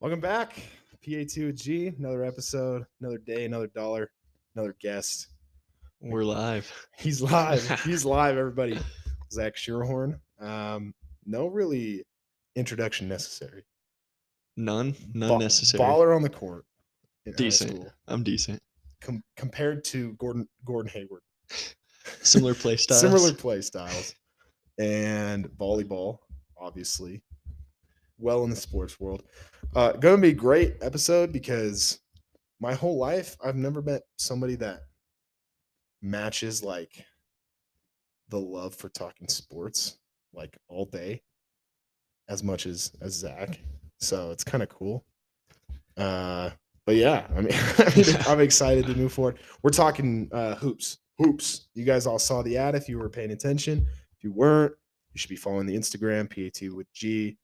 Welcome back, PA2G. Another episode, another day, another dollar, another guest. We're live. He's live. He's live, everybody. Zach Sheerhorn. Um, no really introduction necessary. None, none Ba- necessary. Baller on the court. in high decent. school, I'm decent. Com- compared to Gordon Gordon Hayward. Similar play styles. Similar play styles. And volleyball, obviously. Well in the sports world. Uh, gonna be a great episode because my whole life I've never met somebody that matches like the love for talking sports like all day as much as as Zach. So it's kind of cool. Uh but yeah, I mean, I mean I'm excited to move forward. We're talking uh hoops. Hoops. You guys all saw the ad if you were paying attention. If you weren't, you should be following the Instagram, PAT with G,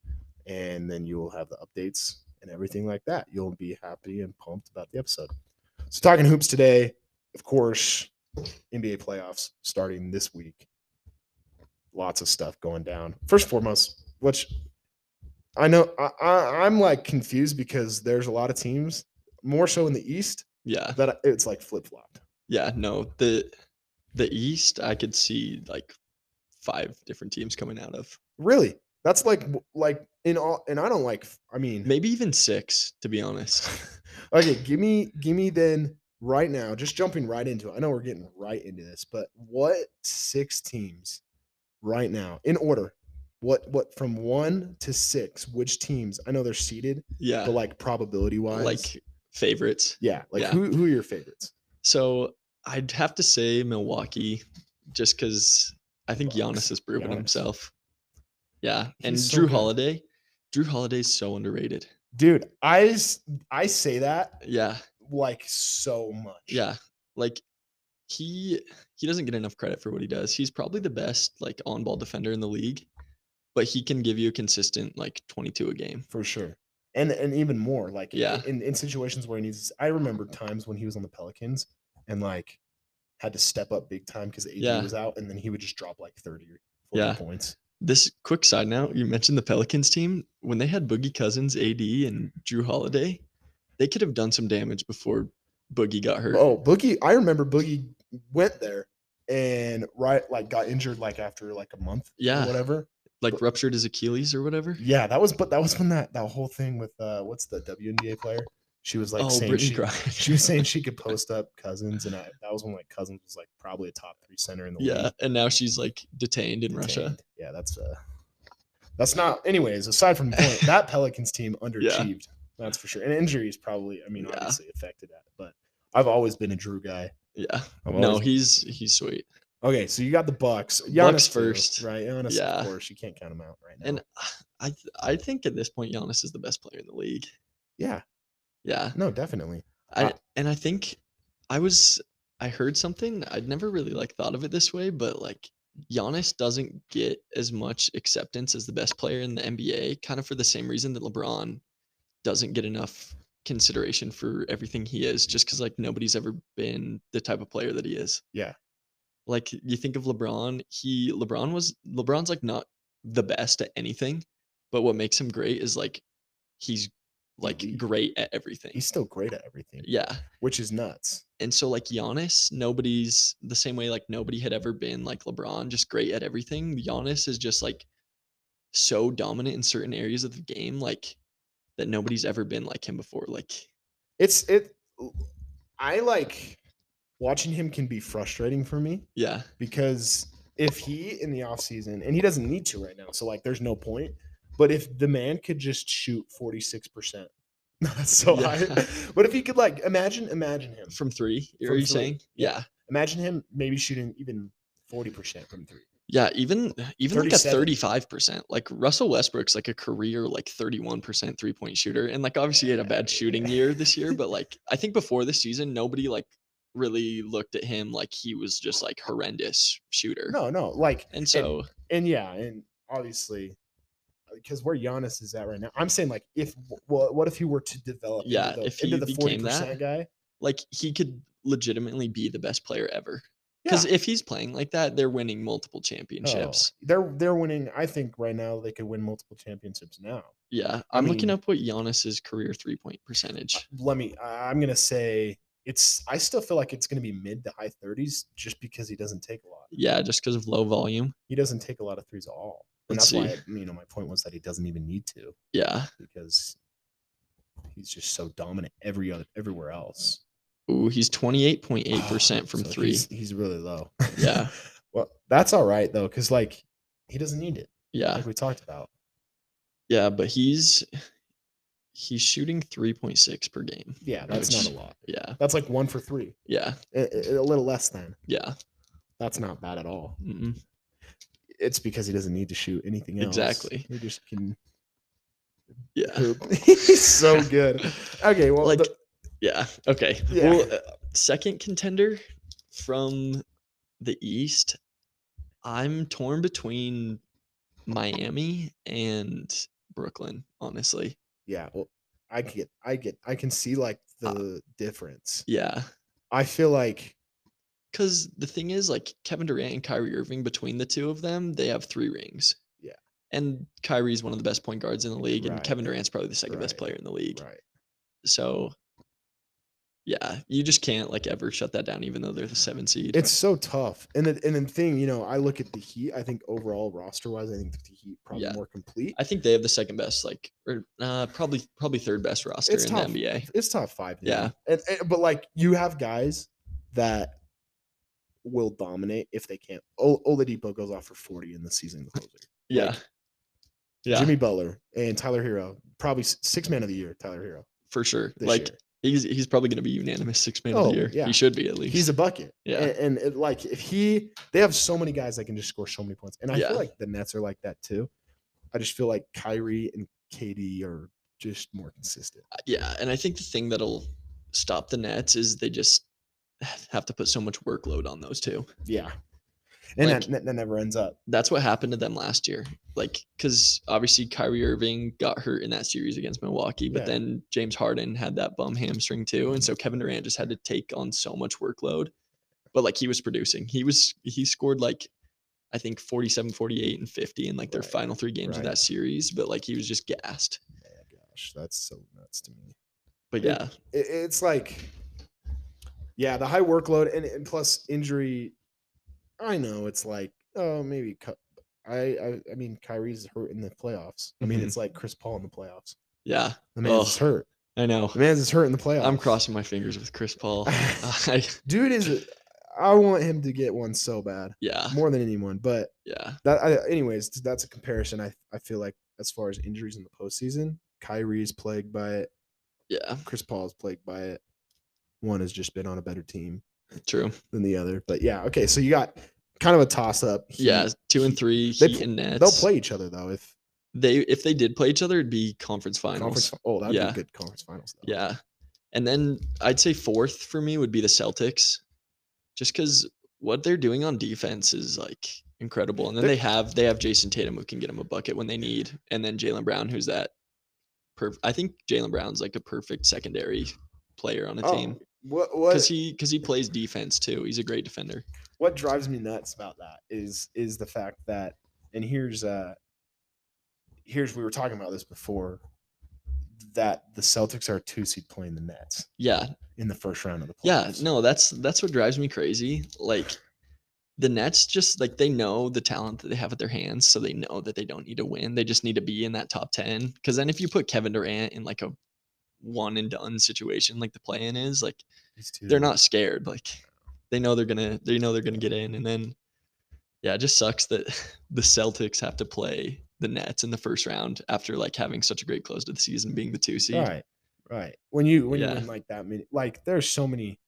and then you will have the updates and everything like that. You'll be happy and pumped about the episode. So talking hoops today, of course, NBA playoffs starting this week. Lots of stuff going down. First and foremost, which I know I, I, I'm like confused because there's a lot of teams, more so in the East, Yeah, that I- it's like flip flopped. yeah. No, the the East, I could see like five different teams coming out of, Really, that's like w- like in all, and I don't like. I mean, maybe even six, to be honest. okay, give me give me then right now, just jumping right into it. I know we're getting right into this, but what six teams right now in order? What what from one to six, which teams? I know they're seated, Yeah, but like probability wise. like favorites. yeah, like yeah. who who are your favorites? So I'd have to say Milwaukee, just because I think Bucks. Giannis has proven Giannis. himself. Yeah, and He's so Drew good. Holiday. Drew Holiday's so underrated. Dude, I s- I say that Yeah, like so much. yeah like he he doesn't get enough credit for what he does he's probably the best like on-ball defender in the league but he can give you a consistent like 22 a game for sure. And and even more like i- Yeah. in in situations where he needs. I remember times when he was on the Pelicans and like had to step up big time because AD Yeah. was out, and then he would just drop like thirty or forty Yeah. points. this quick side note you mentioned the pelicans team when they had boogie cousins ad and drew holiday they could have done some damage before boogie got hurt Oh, Boogie! I remember Boogie went there and right like got injured like after like a month or Yeah. whatever. like ruptured his achilles or whatever Yeah, that was but that was when that that whole thing with uh what's the WNBA player? She was like oh saying Brittany she, Griner. she was saying she could post up Cousins, and I, that was when like Cousins was like probably a top three center in the league. yeah and now she's like detained in russia detained. Yeah, that's uh that's not anyways, aside from the point, that Pelicans team underachieved. That's for sure. And injuries probably, I mean, Yeah. obviously affected that, but I've always been a Drew guy. yeah I've no always- he's he's sweet Okay, so you got the Bucks. Giannis Bucks too, first. Right. Giannis, Yeah. of course. You can't count him out right now. and i th- i think at this point Giannis is the best player in the league yeah, yeah no, definitely. I Uh, and I think I was I heard something I'd never really like thought of it this way, but like Giannis doesn't get as much acceptance as the best player in the NBA, kind of for the same reason that LeBron doesn't get enough consideration for everything he is, just because like nobody's ever been the type of player that he is. Yeah. Like you think of LeBron, he LeBron was LeBron's like not the best at anything, but what makes him great is like he's like Elite. great at everything. He's still great at everything, yeah. which is nuts. And so like Giannis, nobody's the same way like nobody had ever been like LeBron, just great at everything. Giannis is just like so dominant in certain areas of the game, like that nobody's ever been like him before. Like It's it I like watching him can be frustrating for me. yeah, because if he in the offseason and he doesn't need to right now so like there's no point but if the man could just shoot 46% that's so Yeah. high but if he could like imagine imagine him from three, are From three, you saying? yeah. Yeah. imagine him maybe shooting even 40% from three Yeah, even even like a 37. thirty-five percent. Like Russell Westbrook's like a career like thirty-one percent three-point shooter, and like obviously he had a bad shooting year this year, but like I think before this season, nobody like really looked at him like he was just like horrendous shooter. no no like And so and yeah and obviously because where Giannis is at right now, I'm saying like if well, what if he were to develop Yeah, into the, if he into the became that, 40% guy like he could legitimately be the best player ever. Because if he's playing like that, they're winning multiple Oh, championships. they're they're winning. I think right now they could win multiple championships now Yeah, I I'm looking mean- Uh, up what Giannis's career three point percentage. Let me. I- I'm gonna say it's. I still feel like it's gonna be mid to high 30s, just because he doesn't take a lot. Yeah, just because of low volume. He doesn't take a lot of threes at all, and Let's that's see. why you know my point was that he doesn't even need to Yeah. because he's just so dominant every other everywhere else. Ooh, he's 28.8 Ah, percent from so three. He's, he's really low. Yeah. well, that's all right though, because like he doesn't need it, Yeah, like we talked about. yeah, but he's he's shooting 3.6 per game. Yeah, that's not Which- a lot. Yeah, That's like one for three, yeah, a, a- a little less than. yeah. That's not bad at all. Mm-mm. It's because he doesn't need to shoot anything else. Exactly. He just can Yeah. poop. He's so good. Okay, well, Like, the- yeah. Okay. Yeah. Well, uh, second contender from the East, I'm torn between Miami and Brooklyn, honestly. yeah, well, I get, I get, I can see like Uh, the difference. Yeah. I feel like Because the thing is, like Kevin Durant and Kyrie Irving, between the two of them, they have three rings. Yeah. And Kyrie's one of the best point guards in the league, and Right. Kevin Durant's probably the second best Right. player in the league. right. So, yeah, you just can't like ever shut that down, even though they're the seven seed. It's so tough. And the, and the thing, you know, I look at the Heat. I think overall roster wise, I think the Heat probably Yeah. more complete. I think they have the second best, like, or uh, probably probably third best roster It's in tough. the NBA. It's top five. to me. Yeah. And, and- but like you have guys that will dominate if they can't. O- Oladipo goes off for 40 in the season closer. Yeah. yeah, Jimmy Butler and Tyler Hero, probably s- six man of the year, Tyler Hero. for sure. This Like year. he's he's probably gonna be unanimous six man Oh, of the year. yeah. He should be at least. He's a bucket. Yeah. And, and it, like if he, they have so many guys that can just score so many points. And I Yeah. feel like the Nets are like that too. I just feel like Kyrie and KD are just more consistent. yeah, and I think the thing that'll stop the Nets is they just have to put so much workload on those two. Yeah. And Like- that, that never ends up. That's what happened to them last year. Like, because obviously Kyrie Irving got hurt in that series against Milwaukee, but Yeah. then James Harden had that bum hamstring too, and so Kevin Durant just had to take on so much workload. But like he was producing, he was he scored like I think 47, 48, and 50 in like their Right, final three games of right. that series. But like he was just gassed. Oh my gosh, that's so nuts to me. But Yeah. yeah, it, it's like yeah the high workload and, and plus injury i know it's like oh maybe Ky- I, I i mean kyrie's hurt in the playoffs i mean Mhm. it's like chris paul in the playoffs yeah, the man's is Ugh. hurt I know. the man's is hurt in the playoffs I'm crossing my fingers with Chris Paul. I, dude is a- i want him to get one so bad yeah, more than anyone but yeah, that I, anyways that's a comparison i i feel like as far as injuries in the postseason kyrie's plagued by it yeah. chris paul's plagued by it one has just been on a better team True. than the other. But yeah, okay. So you got kind of a toss up. Yeah, two and three. they Heat pl- and Nets. They'll play each other though if They if they did play each other, it'd be conference finals. conference. fi- Oh, that'd be Yeah. a good conference finals. Though. Yeah, and then I'd say fourth for me would be the Celtics, just because what they're doing on defense is like incredible. And then They're- they have they have Jason Tatum who can get him a bucket when they need, and then Jalen Brown who's that. Perf- I think Jalen Brown's like a perfect secondary player on a Oh, team What what because he because he plays defense too. He's a great defender. what drives me nuts about that is is the fact that and here's uh here's we were talking about this before that the Celtics are a two seed playing the Nets Yeah, in the first round of the Yeah, playoffs. no, that's that's what drives me crazy. Like the Nets just like they know the talent that they have at their hands, so they know that they don't need to win. They just need to be in that top 10 cuz then if you put Kevin Durant in like a one and done situation like the play-in is, like These two- they're not scared. Like they know they're going to they know they're going to get in and then yeah, it just sucks that the Celtics have to play the Nets in the first round after like having such a great close to the season being the 2 seed. Right, right. When you when Yeah. you win like that many, like there's so many,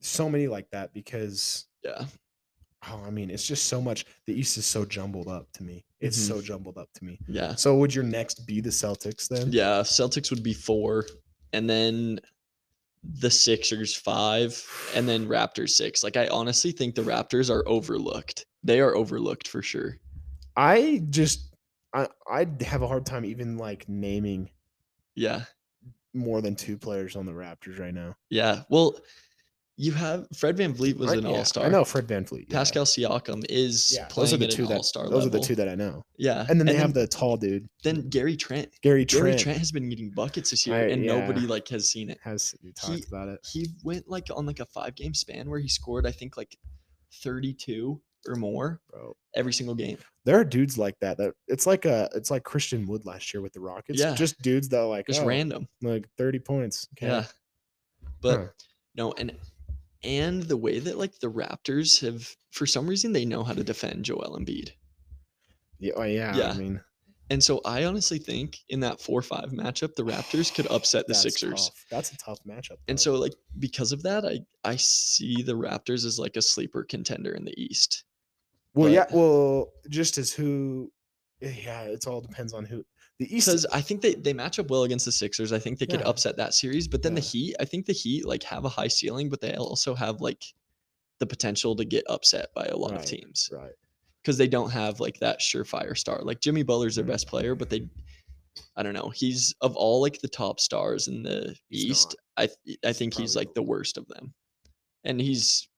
so many like that because Yeah. oh, I mean, it's just so much. The East is so jumbled up to me. It's Mhm. so jumbled up to me. Yeah. So would your next be the Celtics then? Yeah, Celtics would be four, and then the Sixers five, and then Raptors six. Like I honestly think the Raptors are overlooked. They are overlooked for sure. I just I I'd have a hard time even like naming Yeah, more than two players on the Raptors right now. yeah. Well, you have Fred Van Vliet was I- an yeah, all star. I know Fred Van Fleet. Pascal Siakam is Yeah, playing those are the at two an that all-star those are the level. two that I know. Yeah. And then they have the tall dude, then Gary Trent. Gary Trent, Gary Trent has been getting buckets this year I- and nobody yeah. like has seen it. has we talked about it. He went like on like a five game span where he scored I think like 32 or more Bro, every single game. there are dudes like that. That it's like a it's like Christian Wood last year with the Rockets. Yeah. just dudes that are like Just oh, random. like thirty points. Okay. Yeah. But Huh. no, and and the way that like the Raptors have for some reason they know how to defend Joel Embiid. yeah, oh, yeah, Yeah. I mean And so I honestly think in that 4-5 matchup the Raptors could upset the that's Sixers. tough. That's a tough matchup. And though. so like because of that I I see the Raptors as like a sleeper contender in the East. well, but- yeah, well, just as who, eh, yeah, it's all depends on who the East. Because I think they, they match up well against the Sixers. I think they could Yeah. upset that series. But then the Yeah. Heat, I think the Heat like have a high ceiling, but they also have like the potential to get upset by a lot of Right. teams right. because they don't have like that surefire star. Like Jimmy Butler's their Mhm. best player, but they I don't know. He's of all like the top stars in the He's East. I th- I think he's probably like the- the worst of them, and he's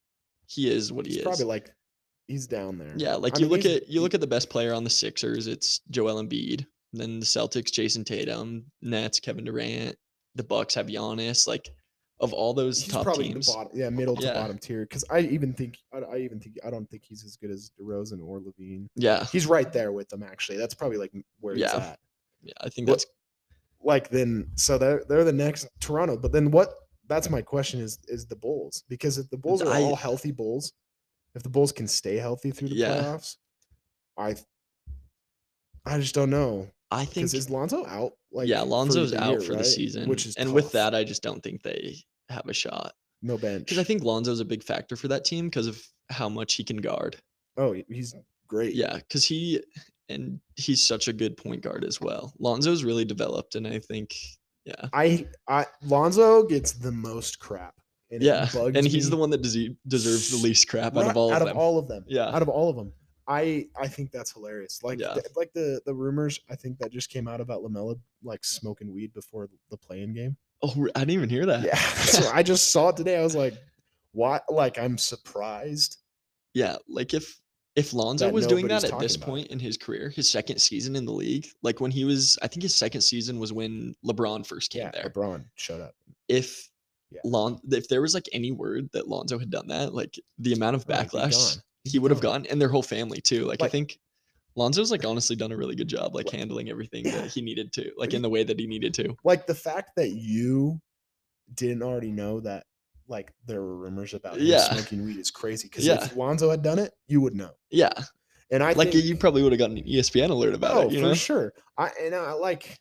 he is what He's he is. probably like he's down there. Yeah, like I you mean, look he's- at you look at the best player on the Sixers, it's Joel Embiid. Then the Celtics, Jason Tatum, Nets, Kevin Durant. The Bucks have Giannis. Like of all those he's top probably teams, the bottom, yeah, middle to Yeah. bottom tier. Because I even think I, I even think I don't think he's as good as DeRozan or Levine. yeah, He's right there with them actually. That's probably like where he's Yeah. at. yeah, I think What- that's Like then, so they're they're the next Toronto. But then what? That's my question: is is the Bulls? Because if the Bulls are I- all healthy Bulls, if the Bulls can stay healthy through the Yeah. playoffs, I I just don't know. I think Because is Lonzo out? Like yeah, for Lonzo's the out year, for the right? season, which is and with tough. that, I just don't think they have a shot no bench. because I think Lonzo's a big factor for that team because of how much he can guard. oh, he- he's great. Yeah, because he and he's such a good point guard as well. Lonzo's really developed, and I think yeah, I I Lonzo gets the most crap. And it yeah, bugs and he's me the one that dese- deserves the least crap out right- of all out of of them. all of them. Yeah. out of all of them. I I think that's hilarious. Like Yeah. th- like the the rumors I think that just came out about Lamella like smoking weed before the playing game. oh, re- I didn't even hear that. Yeah, so I just saw it today. I was like, what? Like I'm surprised. Yeah, like if if Lonzo That was doing nobody's that at this talking about it. point in his career, his second season in the league, like when he was, I think his second season was when LeBron first came Yeah, there. LeBron showed up. If Yeah. Lon, if there was like any word that Lonzo had done that, like the amount of Oh, he'd be backlash gone. he would have gotten, and their whole family too. Like, Like- I think Lonzo's like honestly done a really good job, like Like- handling everything Yeah. that he needed to, like you- in the way that he needed to. Like the fact that you didn't already know that like there were rumors about him Yeah. smoking weed is crazy. Because Yeah. if Lonzo had done it, you would know. Yeah, And I like think, you probably would have gotten an E ESPN alert about oh, it. You for know? sure. I and I like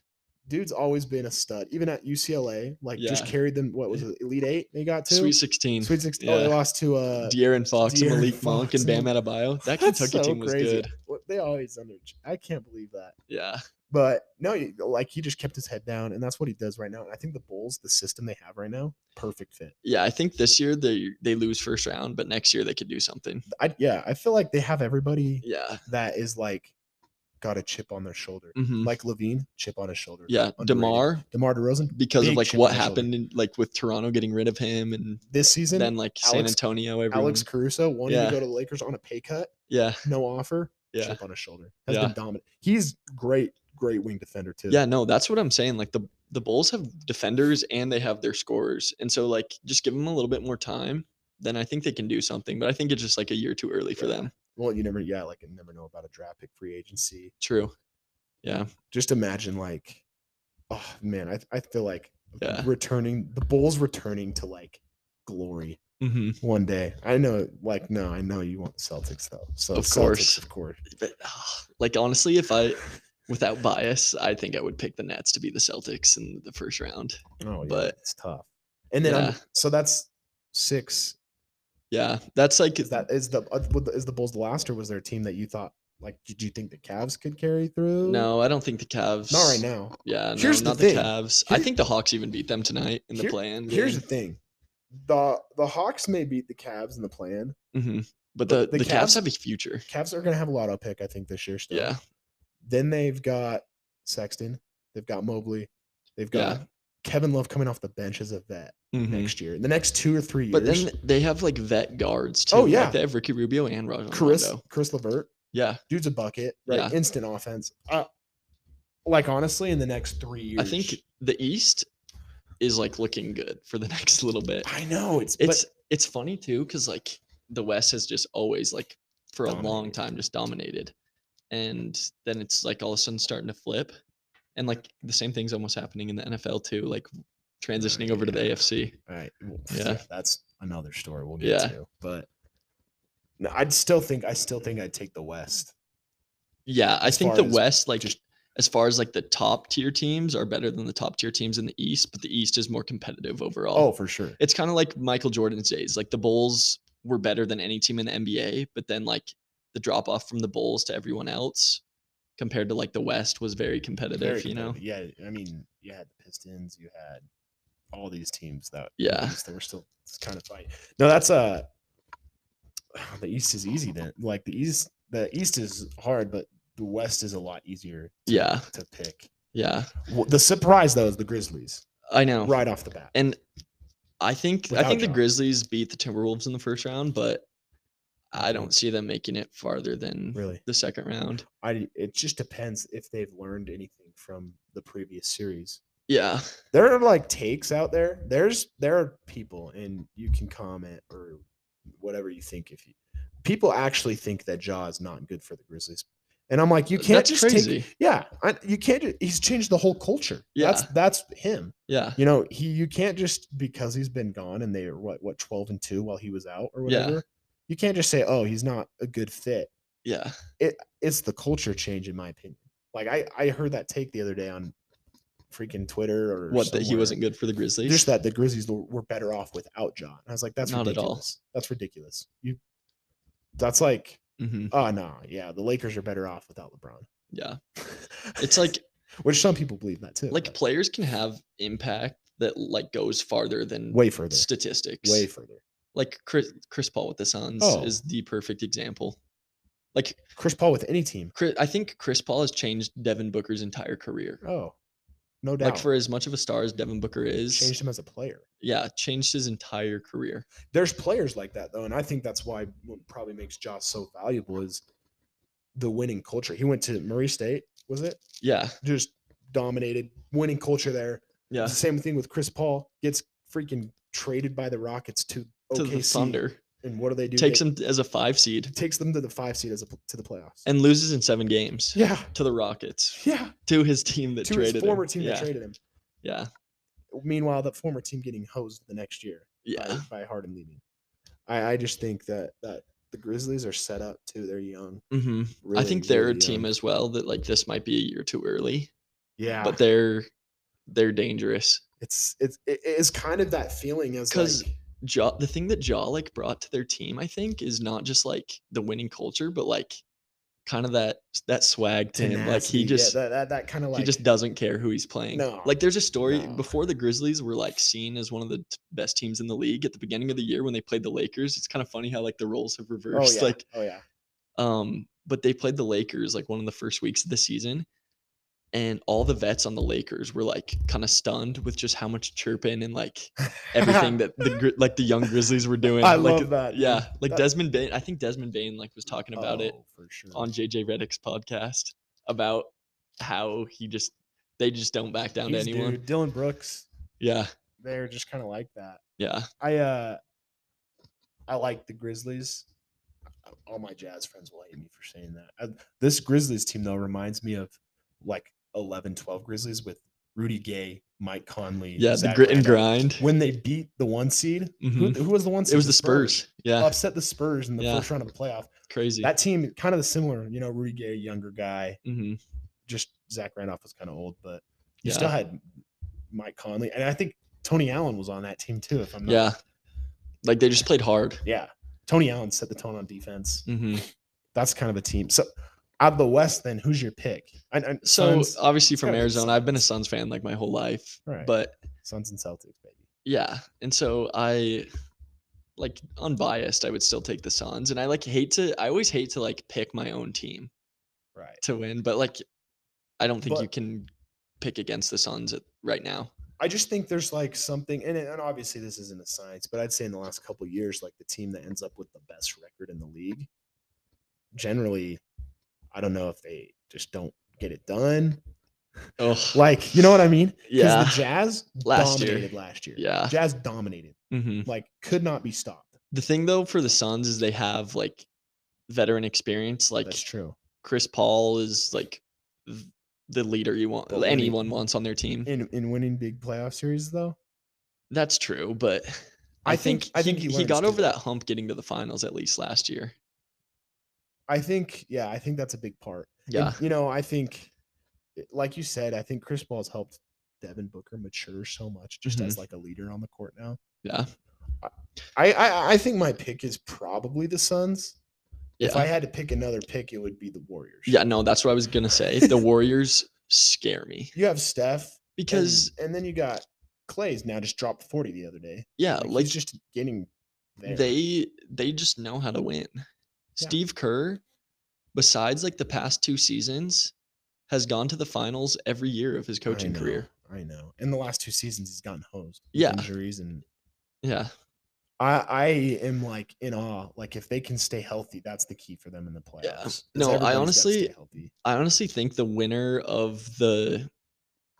dude's always been a stud. Even at UCLA, like just Yeah. carried them. What was it, Elite Eight? They got to Sweet sixteen. Sweet Six. Oh, yeah. they lost to uh. De'Aaron Fox De'Aaron and Malik Monk Fox and Bam and- Adebayo. That That's Kentucky so team was crazy. good. What- They always under. I can't believe that. Yeah. But no, you- like he just kept his head down, and that's what he does right now. And I think the Bulls, the system they have right now, perfect fit. Yeah, I think this year they they lose first round, but next year they could do something. I yeah, I feel like they have everybody Yeah. that is like got a chip on their shoulder. mhm. Like Levine, chip on his shoulder. Yeah, Underrated. DeMar DeMar DeRozan because of Big like chip what on his shoulder. happened in, like with Toronto getting rid of him and this season. then like San Alex- Antonio everyone, Alex Caruso wanted Yeah. to go to the Lakers on a pay cut, Yeah. no offer, Yeah. chip on his shoulder. Has Yeah. been dominant. He's great, great wing defender too. Yeah, no, that's what I'm saying. Like the the Bulls have defenders and they have their scorers. And so like just give them a little bit more time, then I think they can do something, but I think it's just like a year too early for Yeah. them. Well, you never, yeah, like you never know about a draft pick free agency. True. Yeah. Just imagine, like, oh man, I, I feel like Yeah. returning the Bulls returning to like glory Mhm. one day. I know, like, no, I know you want the Celtics though. So Of Celtics, course. of course. But, ah, like honestly, if I without bias, I think I would pick the Nets to be the Celtics in the first round. Oh, yeah, But- it's tough. And then, I'm, Yeah. so that's six. Yeah, that's like Is that is the uh, would the- is the Bulls the last, or was there a team that you thought like? Did you think the Cavs could carry through? no. I don't think the Cavs. not right now. Yeah, no, Here's the not the, thing. Cavs. I Here- think the Hawks even beat them tonight in the Here- play-in. Here's the thing: the the Hawks may beat the Cavs in the plan. hmm but the, but the, the Cavs, Cavs- have a future. Cavs are going to have a lotto pick, I think, this year. Still. Yeah, Then they've got Sexton. They've got Mobley. They've got Yeah. Kevin Love coming off the bench as a vet Mhm. next year. In the next two or three years, But then they have like vet guards too. Oh, Like, yeah. they have Ricky Rubio and Rajon Chris Rondo. Chris Levert, Yeah, dude's a bucket, right? Yeah. Instant offense. Uh, like honestly, in the next three years, I think the East is like looking good for the next little bit. I know it's It's it's funny too because like the West has just always like for a long Dominated. time just dominated, and then it's like all of a sudden starting to flip, and like the same thing's almost happening in the NFL too, like transitioning over to the yeah. AFC. All right. Well, Yeah. That's another story we'll get Yeah. to. But no, I'd still think I still think I'd take the West. Yeah, I As think far the as West like. just- as far as like the top tier teams are better than the top tier teams in the East, but the East is more competitive overall. Oh, for sure. it's kind of like Michael Jordan's days. Like the Bulls were better than any team in the NBA, but then like the drop off from the Bulls to everyone else compared to like the West was very competitive, Very you know? competitive. Yeah. I mean, you had the Pistons, you had all these teams that in the Yeah. East, they were still kind of fighting. No, that's uh the East is easy then. Like the East the East is hard, but the West is a lot easier Yeah. to pick. Yeah. Well, the surprise though is the Grizzlies I know. right off the bat. And I think I Without think the Ja. Grizzlies beat the Timberwolves in the first round, but I Mhm. don't see them making it farther than Really. the second round. I it just depends if they've learned anything from the previous series. Yeah. There are like takes out there. There's there are people, and you can comment or whatever you think. If you people actually think that Jaw is not good for the Grizzlies, and I'm like, you can't just That's take. crazy. Yeah, I, you can't. ju- He's changed the whole culture. Yeah. that's that's him. Yeah. You know, he you can't just because he's been gone and they were what what twelve and two while he was out or Yeah. whatever. You can't just say, oh, he's not a good fit Yeah. it's the culture change in my opinion. Like I I heard that take the other day on freaking Twitter or What that he somewhere. wasn't good for the Grizzlies. just that the Grizzlies were were better off without John. I was like, that's Not at all. ridiculous. That's ridiculous. You that's like hmm oh no yeah the Lakers are better off without LeBron. Yeah. It's like which some people believe that too. like but players can have impact that like goes farther than way further, statistics. way further. like Chris Chris Paul with the Suns Oh. is the perfect example. Like Chris Paul with any team. Chris, I think Chris Paul has changed Devin Booker's entire career. Oh, no doubt. Like for as much of a star as Devin Booker is, changed him as a player. yeah, changed his entire career. there's players like that though, and I think that's why what probably makes Josh so valuable is the winning culture. He went to Murray State, was it? Yeah, Just dominated winning culture there. yeah. It's the same thing with Chris Paul. Gets freaking traded by the Rockets to To OKC, the Thunder, and what do they do? takes They- him as a five seed takes them to the five seed as a, pl- to the playoffs. and loses in seven games yeah, to the Rockets yeah. to his team that To traded his former him. team yeah, that traded him. yeah, Meanwhile, that former team getting hosed the next year. yeah. by, by Harden leaving. I, I just think that that the Grizzlies are set up too. They're young. hmm I really, think they're really a team young. as well that like this might be a year too early. yeah, but they're they're dangerous. it's it's it- it's kind of that feeling as 'Cause- like, Jaw, the thing that Jaw like brought to their team, I think, is not just like the winning culture, but like kind of that that swag to him. Like tenacity, he yeah, just that, that, that kind of like he just doesn't care who he's playing. No, like there's a story no. before the Grizzlies were like seen as one of the t- best teams in the league at the beginning of the year when they played the Lakers. It's kind of funny how like the roles have oh reversed. yeah, Like oh yeah, um, but they played the Lakers like one of the first weeks of the season, and all the vets on the Lakers were like kind of stunned with just how much chirping and like everything that the Gri- like the young Grizzlies were doing. I like, love that, dude. Yeah, like That- Desmond Bain. I think Desmond Bain like was talking about it Oh, for sure. on JJ Reddick's podcast about how he just they just don't back down He's to anyone. dude, Dylan Brooks, Yeah, they're just kind of like that. yeah, I uh, I like the Grizzlies. All my Jazz friends will hate me for saying that. Uh, this Grizzlies team though reminds me of like 11, 12 Grizzlies with Rudy Gay, Mike Conley. yeah. the Zach grit and Randolph. grind. When they beat the one seed, who, Mhm. who was the one seed? It was the Spurs. Yeah, Upset the Spurs in the Yeah. first round of the playoff. crazy. That team kind of similar, you know, Rudy Gay, younger guy. hmm Just Zach Randolph was kind of old, but you Yeah, still had Mike Conley, and I think Tony Allen was on that team too. If I'm not yeah. Like they just played hard. Yeah. Tony Allen set the tone on defense. hmm That's kind of a team. So out of the West, then who's your pick? And, and So Suns, obviously It's from gotta be the Arizona, I've been a Suns. Suns fan like my whole life. Right. But Suns and Celtics, baby. yeah, and so I like unbiased, I would still take the Suns. And I like hate to I always hate to like pick my own team Right. to win, but like I don't think you But- can pick against the Suns at, right now. I just think there's like something, and, and obviously this isn't a science, but I'd say in the last couple years, like the team that ends up with the best record in the league, generally, I don't know if they just don't get it done. Oh, Like, you know what I mean? 'Cause yeah, The Jazz last year. dominated last year. Yeah. Jazz dominated. hmm Like, could not be stopped. The thing though for the Suns is they have like veteran experience. Like that's true. Chris Paul is like th- the leader you want, The leader. anyone wants on their team. In in winning big playoff series though, That's true, but I, I think- think, I think he he, he learns got too, over though. that hump getting to the finals at least last year. I think yeah, I think that's a big part. And, Yeah, you know, I think, i- like you said, I think Chris Paul's helped Devin Booker mature so much just as like a leader on the court now. Mm-hmm. yeah, I, I I think my pick is probably the Suns. If I yeah, had to pick another pick, it would be the Warriors. yeah. No, that's what I was gonna say. The Warriors scare me You have Steph and- because and, then you got Clay's now just dropped 40 the other day. yeah, Like, like he's just getting there. they they just know how to win. Steve Kerr, besides like the past two seasons, has gone to the finals every year of his I coaching know, career. I know. In the last two seasons, he's gotten hosed. with Yeah. Injuries and Yeah, I I am like in awe. Like if they can stay healthy, that's the key for them in the playoffs. Yeah. is No, I everybody's gotta honestly- stay healthy. I honestly think the winner of the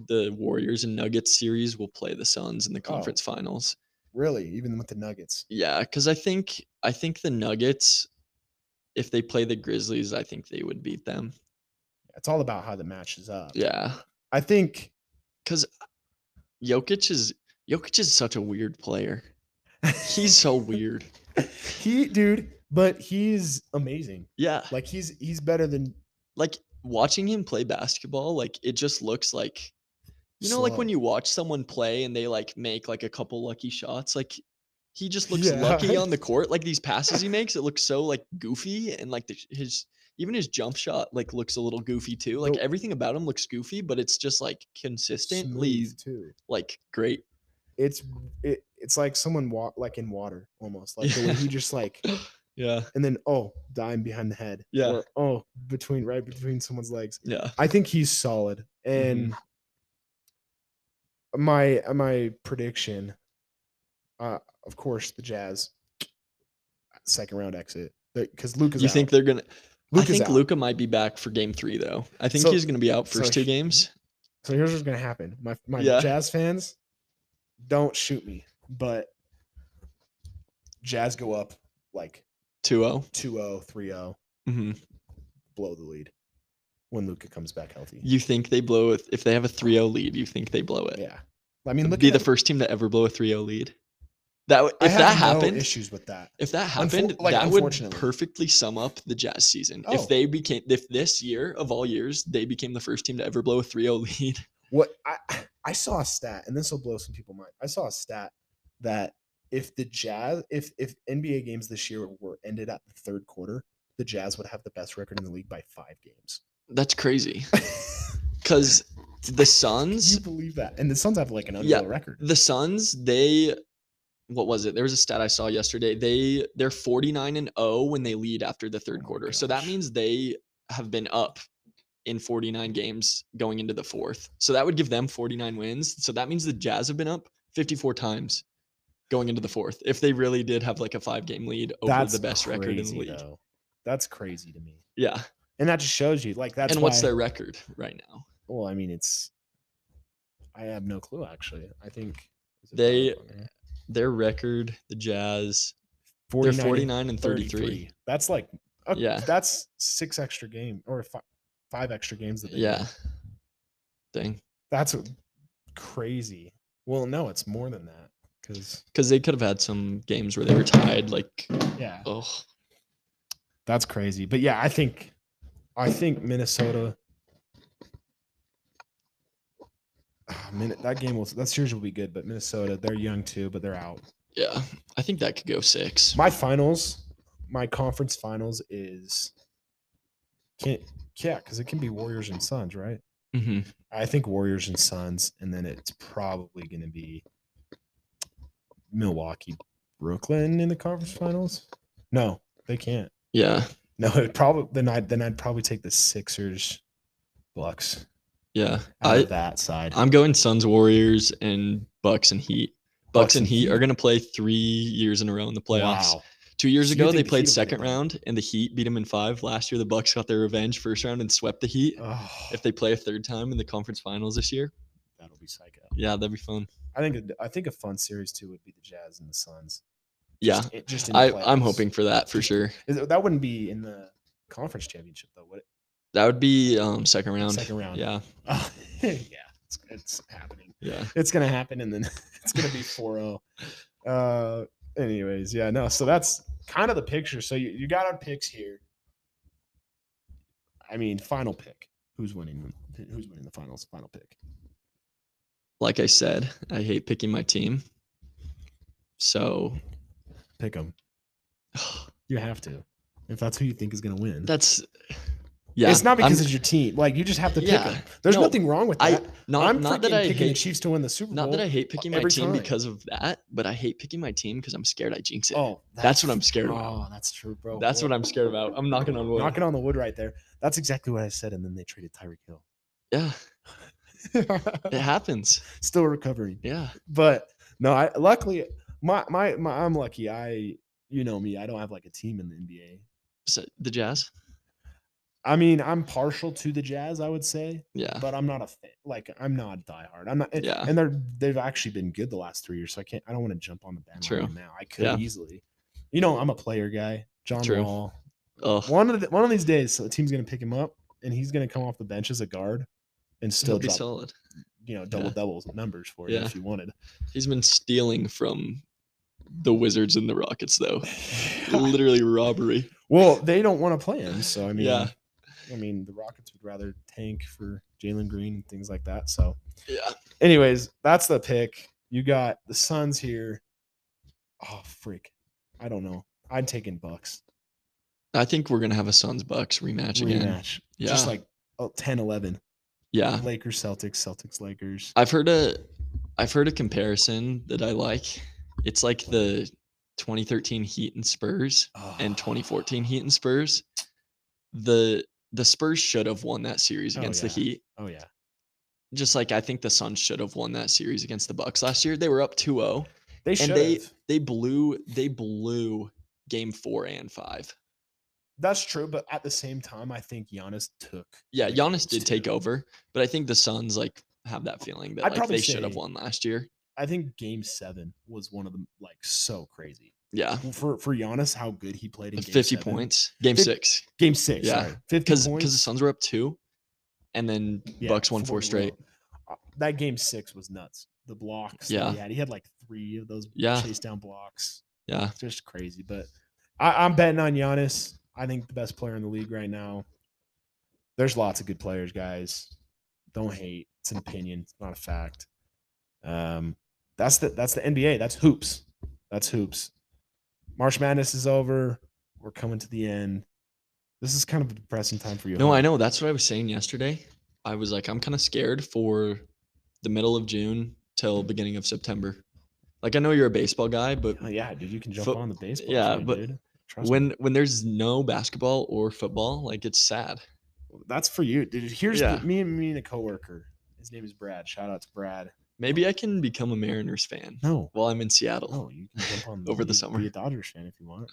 the Warriors and Nuggets series will play the Suns in the Oh. conference finals. really even with the Nuggets. Yeah, because I think I think the Nuggets, if they play the Grizzlies, I think they would beat them. It's all about how the matches up. Yeah, I think because Jokic is Jokic is such a weird player. He's so weird. he dude, but he's amazing. Yeah, Like he's he's better than like watching him play basketball, like it just looks like you know, like when Slow. you watch someone play and they like make like a couple lucky shots, like. He just looks Yeah. lucky on the court. Like these passes he makes, it looks so like goofy, and like the, his even his jump shot like looks a little goofy too. Like Nope. everything about him looks goofy, but it's just like consistently smooth, too. like great. It's it, it's like someone walk like in water almost. Like the way he just like Yeah, and then oh dime behind the head. Yeah. Or, oh between right between someone's legs. yeah, I think he's solid. And Mm-hmm. my my prediction, uh, of course, the Jazz second round exit because Luke is. You out. think they're gonna? Luke I think out. Luca might be back for Game Three though. I think So- he's gonna be out so first two he- games. So here's what's gonna happen. My my Yeah. Jazz fans, don't shoot me, but Jazz go up like 2-0. 2-0, 3-0, hmm oh, blow the lead when Luca comes back healthy. You think they blow it if they have a 3-0 lead? You think they blow it? yeah, I mean, look be at the that. first team to ever blow a 3-0 lead. That would I if have that no happened. issues with that. if that happened, like, that would unfortunately. perfectly sum up the Jazz season. Oh. If they became, if this year of all years, they became the first team to ever blow a 3-0 lead. What I I saw a stat, and this will blow some people mind. I saw a stat that if the Jazz, if if NBA games this year were ended at the third quarter, the Jazz would have the best record in the league by five games. That's crazy. Because the Can Suns, you believe that? And the Suns have like an unreal Yeah. record. the Suns, they what was it? There was a stat I saw yesterday. They they're 49 and 0 when they lead after the third Oh my quarter. So that gosh. means they have been up in 49 games going into the fourth. So that would give them 49 wins. So that means the Jazz have been up 54 times going into the fourth. If they really did have like a five game lead over That's the best record in the crazy, league. though. That's crazy to me. Yeah. And that just shows you, like, that's and what's why- their record right now? Well, I mean, it's. I have no clue. Actually, I think is it They- Donovan, right? Their record, the Jazz, 49 they're and 49 and 33. That's like, uh, Yeah. that's six extra game or five, five extra games that they Yeah. Dang. That's a- crazy. Well, no, it's more than that because because they could have had some games where they were tied. Like, yeah, oh, that's crazy. But yeah, I think I think Minnesota. Ah, Min- that game will that series will be good, but Minnesota they're young too, but they're out. yeah, I think that could go six. My finals, my conference finals is can't yeah because it can be Warriors and Suns, right? hmm I think Warriors and Suns, and then it's probably going to be Milwaukee, Brooklyn in the conference finals. No, they can't. Yeah, No, it probably then I would then I'd probably take the Sixers, Bucks. Yeah. out I, of that side. I'm going Suns, Warriors, and Bucks and Heat. Bucks, Bucks and and Heat, are Heat. going to play three years in a row in the playoffs. Wow. Two years So you ago, think they the played Heat will get second it. round, and the Heat beat them in five. Last year, the Bucks got their revenge first round and swept the Heat. Oh, If they play a third time in the conference finals this year, that'll be psycho. yeah, that'd be fun. I think a- I think a fun series too would be the Jazz and the Suns. Yeah, Just- it- just in the I, I'm playoffs. hoping for that for sure. Is it- that wouldn't be in the conference championship though. Would it? That would be um second round. Second round. Yeah, Oh, yeah, it's, it's happening. yeah. It's gonna happen, and then it's gonna be 4-0. Uh, anyways, yeah, no. So that's kind of the picture. So you, you got our picks here. I mean, final pick. Who's winning? Who's winning the finals? Final pick. Like I said, I hate picking my team. So Pick them. You have to. If that's who you think is gonna win. that's yeah. it's not I'm- because it's your team. Like you just have to pick Yeah, 'em. There's no, nothing wrong with I- that. not I'm not that freaking I picking the hate Chiefs to win the Super Bowl. not that I hate picking my every team time. because of that, but I hate picking my team because I'm scared I jinx it. Oh, that's what I'm scared about. Oh, that's true, bro. That's what I'm scared about. I'm knocking on wood. knocking on the wood right there. That's exactly what I said. And then they traded Tyreek yeah, it Hill. happens. Still recovering, Yeah, but no. I luckily my my my I'm lucky. I you know me. I don't have like a team in the NBA. so, the Jazz. I mean, I'm partial to the Jazz. I would say. Yeah, but I'm not a fan. Like I'm not diehard. I'm not. and- Yeah. And they're they've actually been good the last three years, so I can't. I don't want to jump on the bandwagon True. now. I could Yeah. easily. You know, I'm a player guy. John True. Wall. oh, One of the, one of these days, so the team's gonna pick him up, and he's gonna come off the bench as a guard, and still still be drop solid. you know double doubles numbers for you Yeah. if you wanted. He's been stealing from the Wizards and the Rockets though. Literally robbery. well, they don't want to play him, so I mean, Yeah. I mean, the Rockets would rather tank for Jalen Green and things like that. So Yeah. anyways, that's the pick. You got the Suns here. Oh freak. I don't know. I'm taking Bucks. I think we're gonna have a Suns Bucks rematch again. Rematch. Yeah. Uh. Just like oh, 10 11. yeah. Lakers Celtics, Celtics Lakers. I've heard a I've heard a comparison that I like. It's like the 2013 Heat and Spurs Oh, and 2014 Heat and Spurs. The the Spurs should have won that series Oh, against yeah. the Heat. Oh yeah. Just like I think the Suns should have won that series against the Bucks last year. They were up 2-0. They And should they- have. They blew they blew game 4 and 5. That's true, but at the same time, I think Giannis took. Yeah, the games, Giannis did take too. over, but I think the Suns like have that feeling that I'd like probably they should have say- won last year. I think game seven was one of them like so crazy. Yeah. For for Giannis, how good he played in game 50 seven. points. Game Fif- 6. Game six, Yeah. sorry. 50 because points. because the Suns were up two, and then Yeah, Bucks won four four in a row. straight. Uh, That game six was nuts. The blocks yeah. Yeah. he had, he had like three of those Yeah. chase down blocks. Yeah, It's just crazy. But I, I'm betting on Giannis. I think the best player in the league right now. There's lots of good players, guys. Don't hate. It's an opinion. It's not a fact. Um, that's the that's the NBA. That's hoops. That's hoops. March Madness is over. We're coming to the end. This is kind of a depressing time for you. no, huh? I know. That's what I was saying yesterday. I was like, I'm kind of scared for the middle of June till beginning of September. Like, I know you're a baseball guy, but Oh, Mm. yeah, dude, you can jump Fo- on the baseball. yeah, train, but dude. Trust me. when when there's no basketball or football, like it's sad. that's for you, dude. Here's Yeah. the, me and me and a coworker. His name is Brad. Shout out to Brad. Maybe Oh. I can become a Mariners fan No, while I'm in Seattle. no, Oh, you can jump on Over the you can summer. Be a Dodgers fan if you want.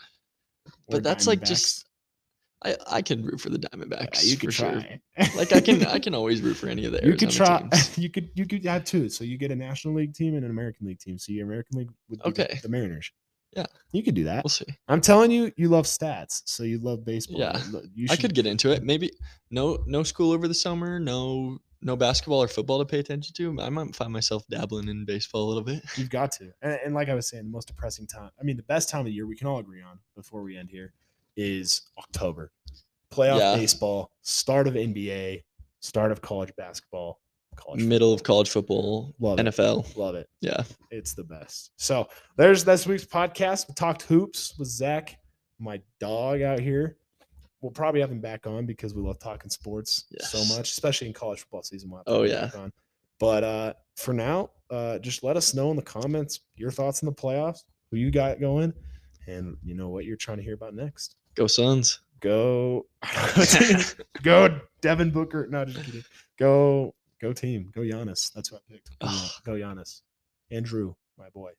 Or but that's like Diamondbacks. just I I can root for the Yeah, Diamondbacks. you could for sure. try. Like I can I can always root for any of the you could Arizona try. teams. You could you could have two. So you get a National League team and an American League team. So your American League would be the- Okay. the Mariners. Yeah. you could do that. We'll see. I'm telling you, you love stats, so you love baseball. Yeah. You lo- you I should- could get into it. Maybe no no school over the summer, no no basketball or football to pay attention to. I might find myself dabbling in baseball a little bit. You've got to. And, and like I was saying, the most depressing time, I mean, the best time of the year we can all agree on before we end here is October. Playoff Yeah. baseball, start of NBA, start of college basketball, college Middle of college football, Love it. NFL. football. Love it. Yeah. It's the best. So there's this week's podcast. We talked hoops with Zach, my dog out here. We'll probably have him back on because we love talking sports Yes. so much, especially in college football season. We'll have to Oh, have him yeah. back on. But uh, for now, uh, just let us know in the comments your thoughts on the playoffs, who you got going, and you know what you're trying to hear about next. Go Suns. Go, go, Devin Booker. No, just kidding. Go Go team. Go Giannis. That's what I picked. Go Gian- Ugh. Go Giannis. Andrew, my boy.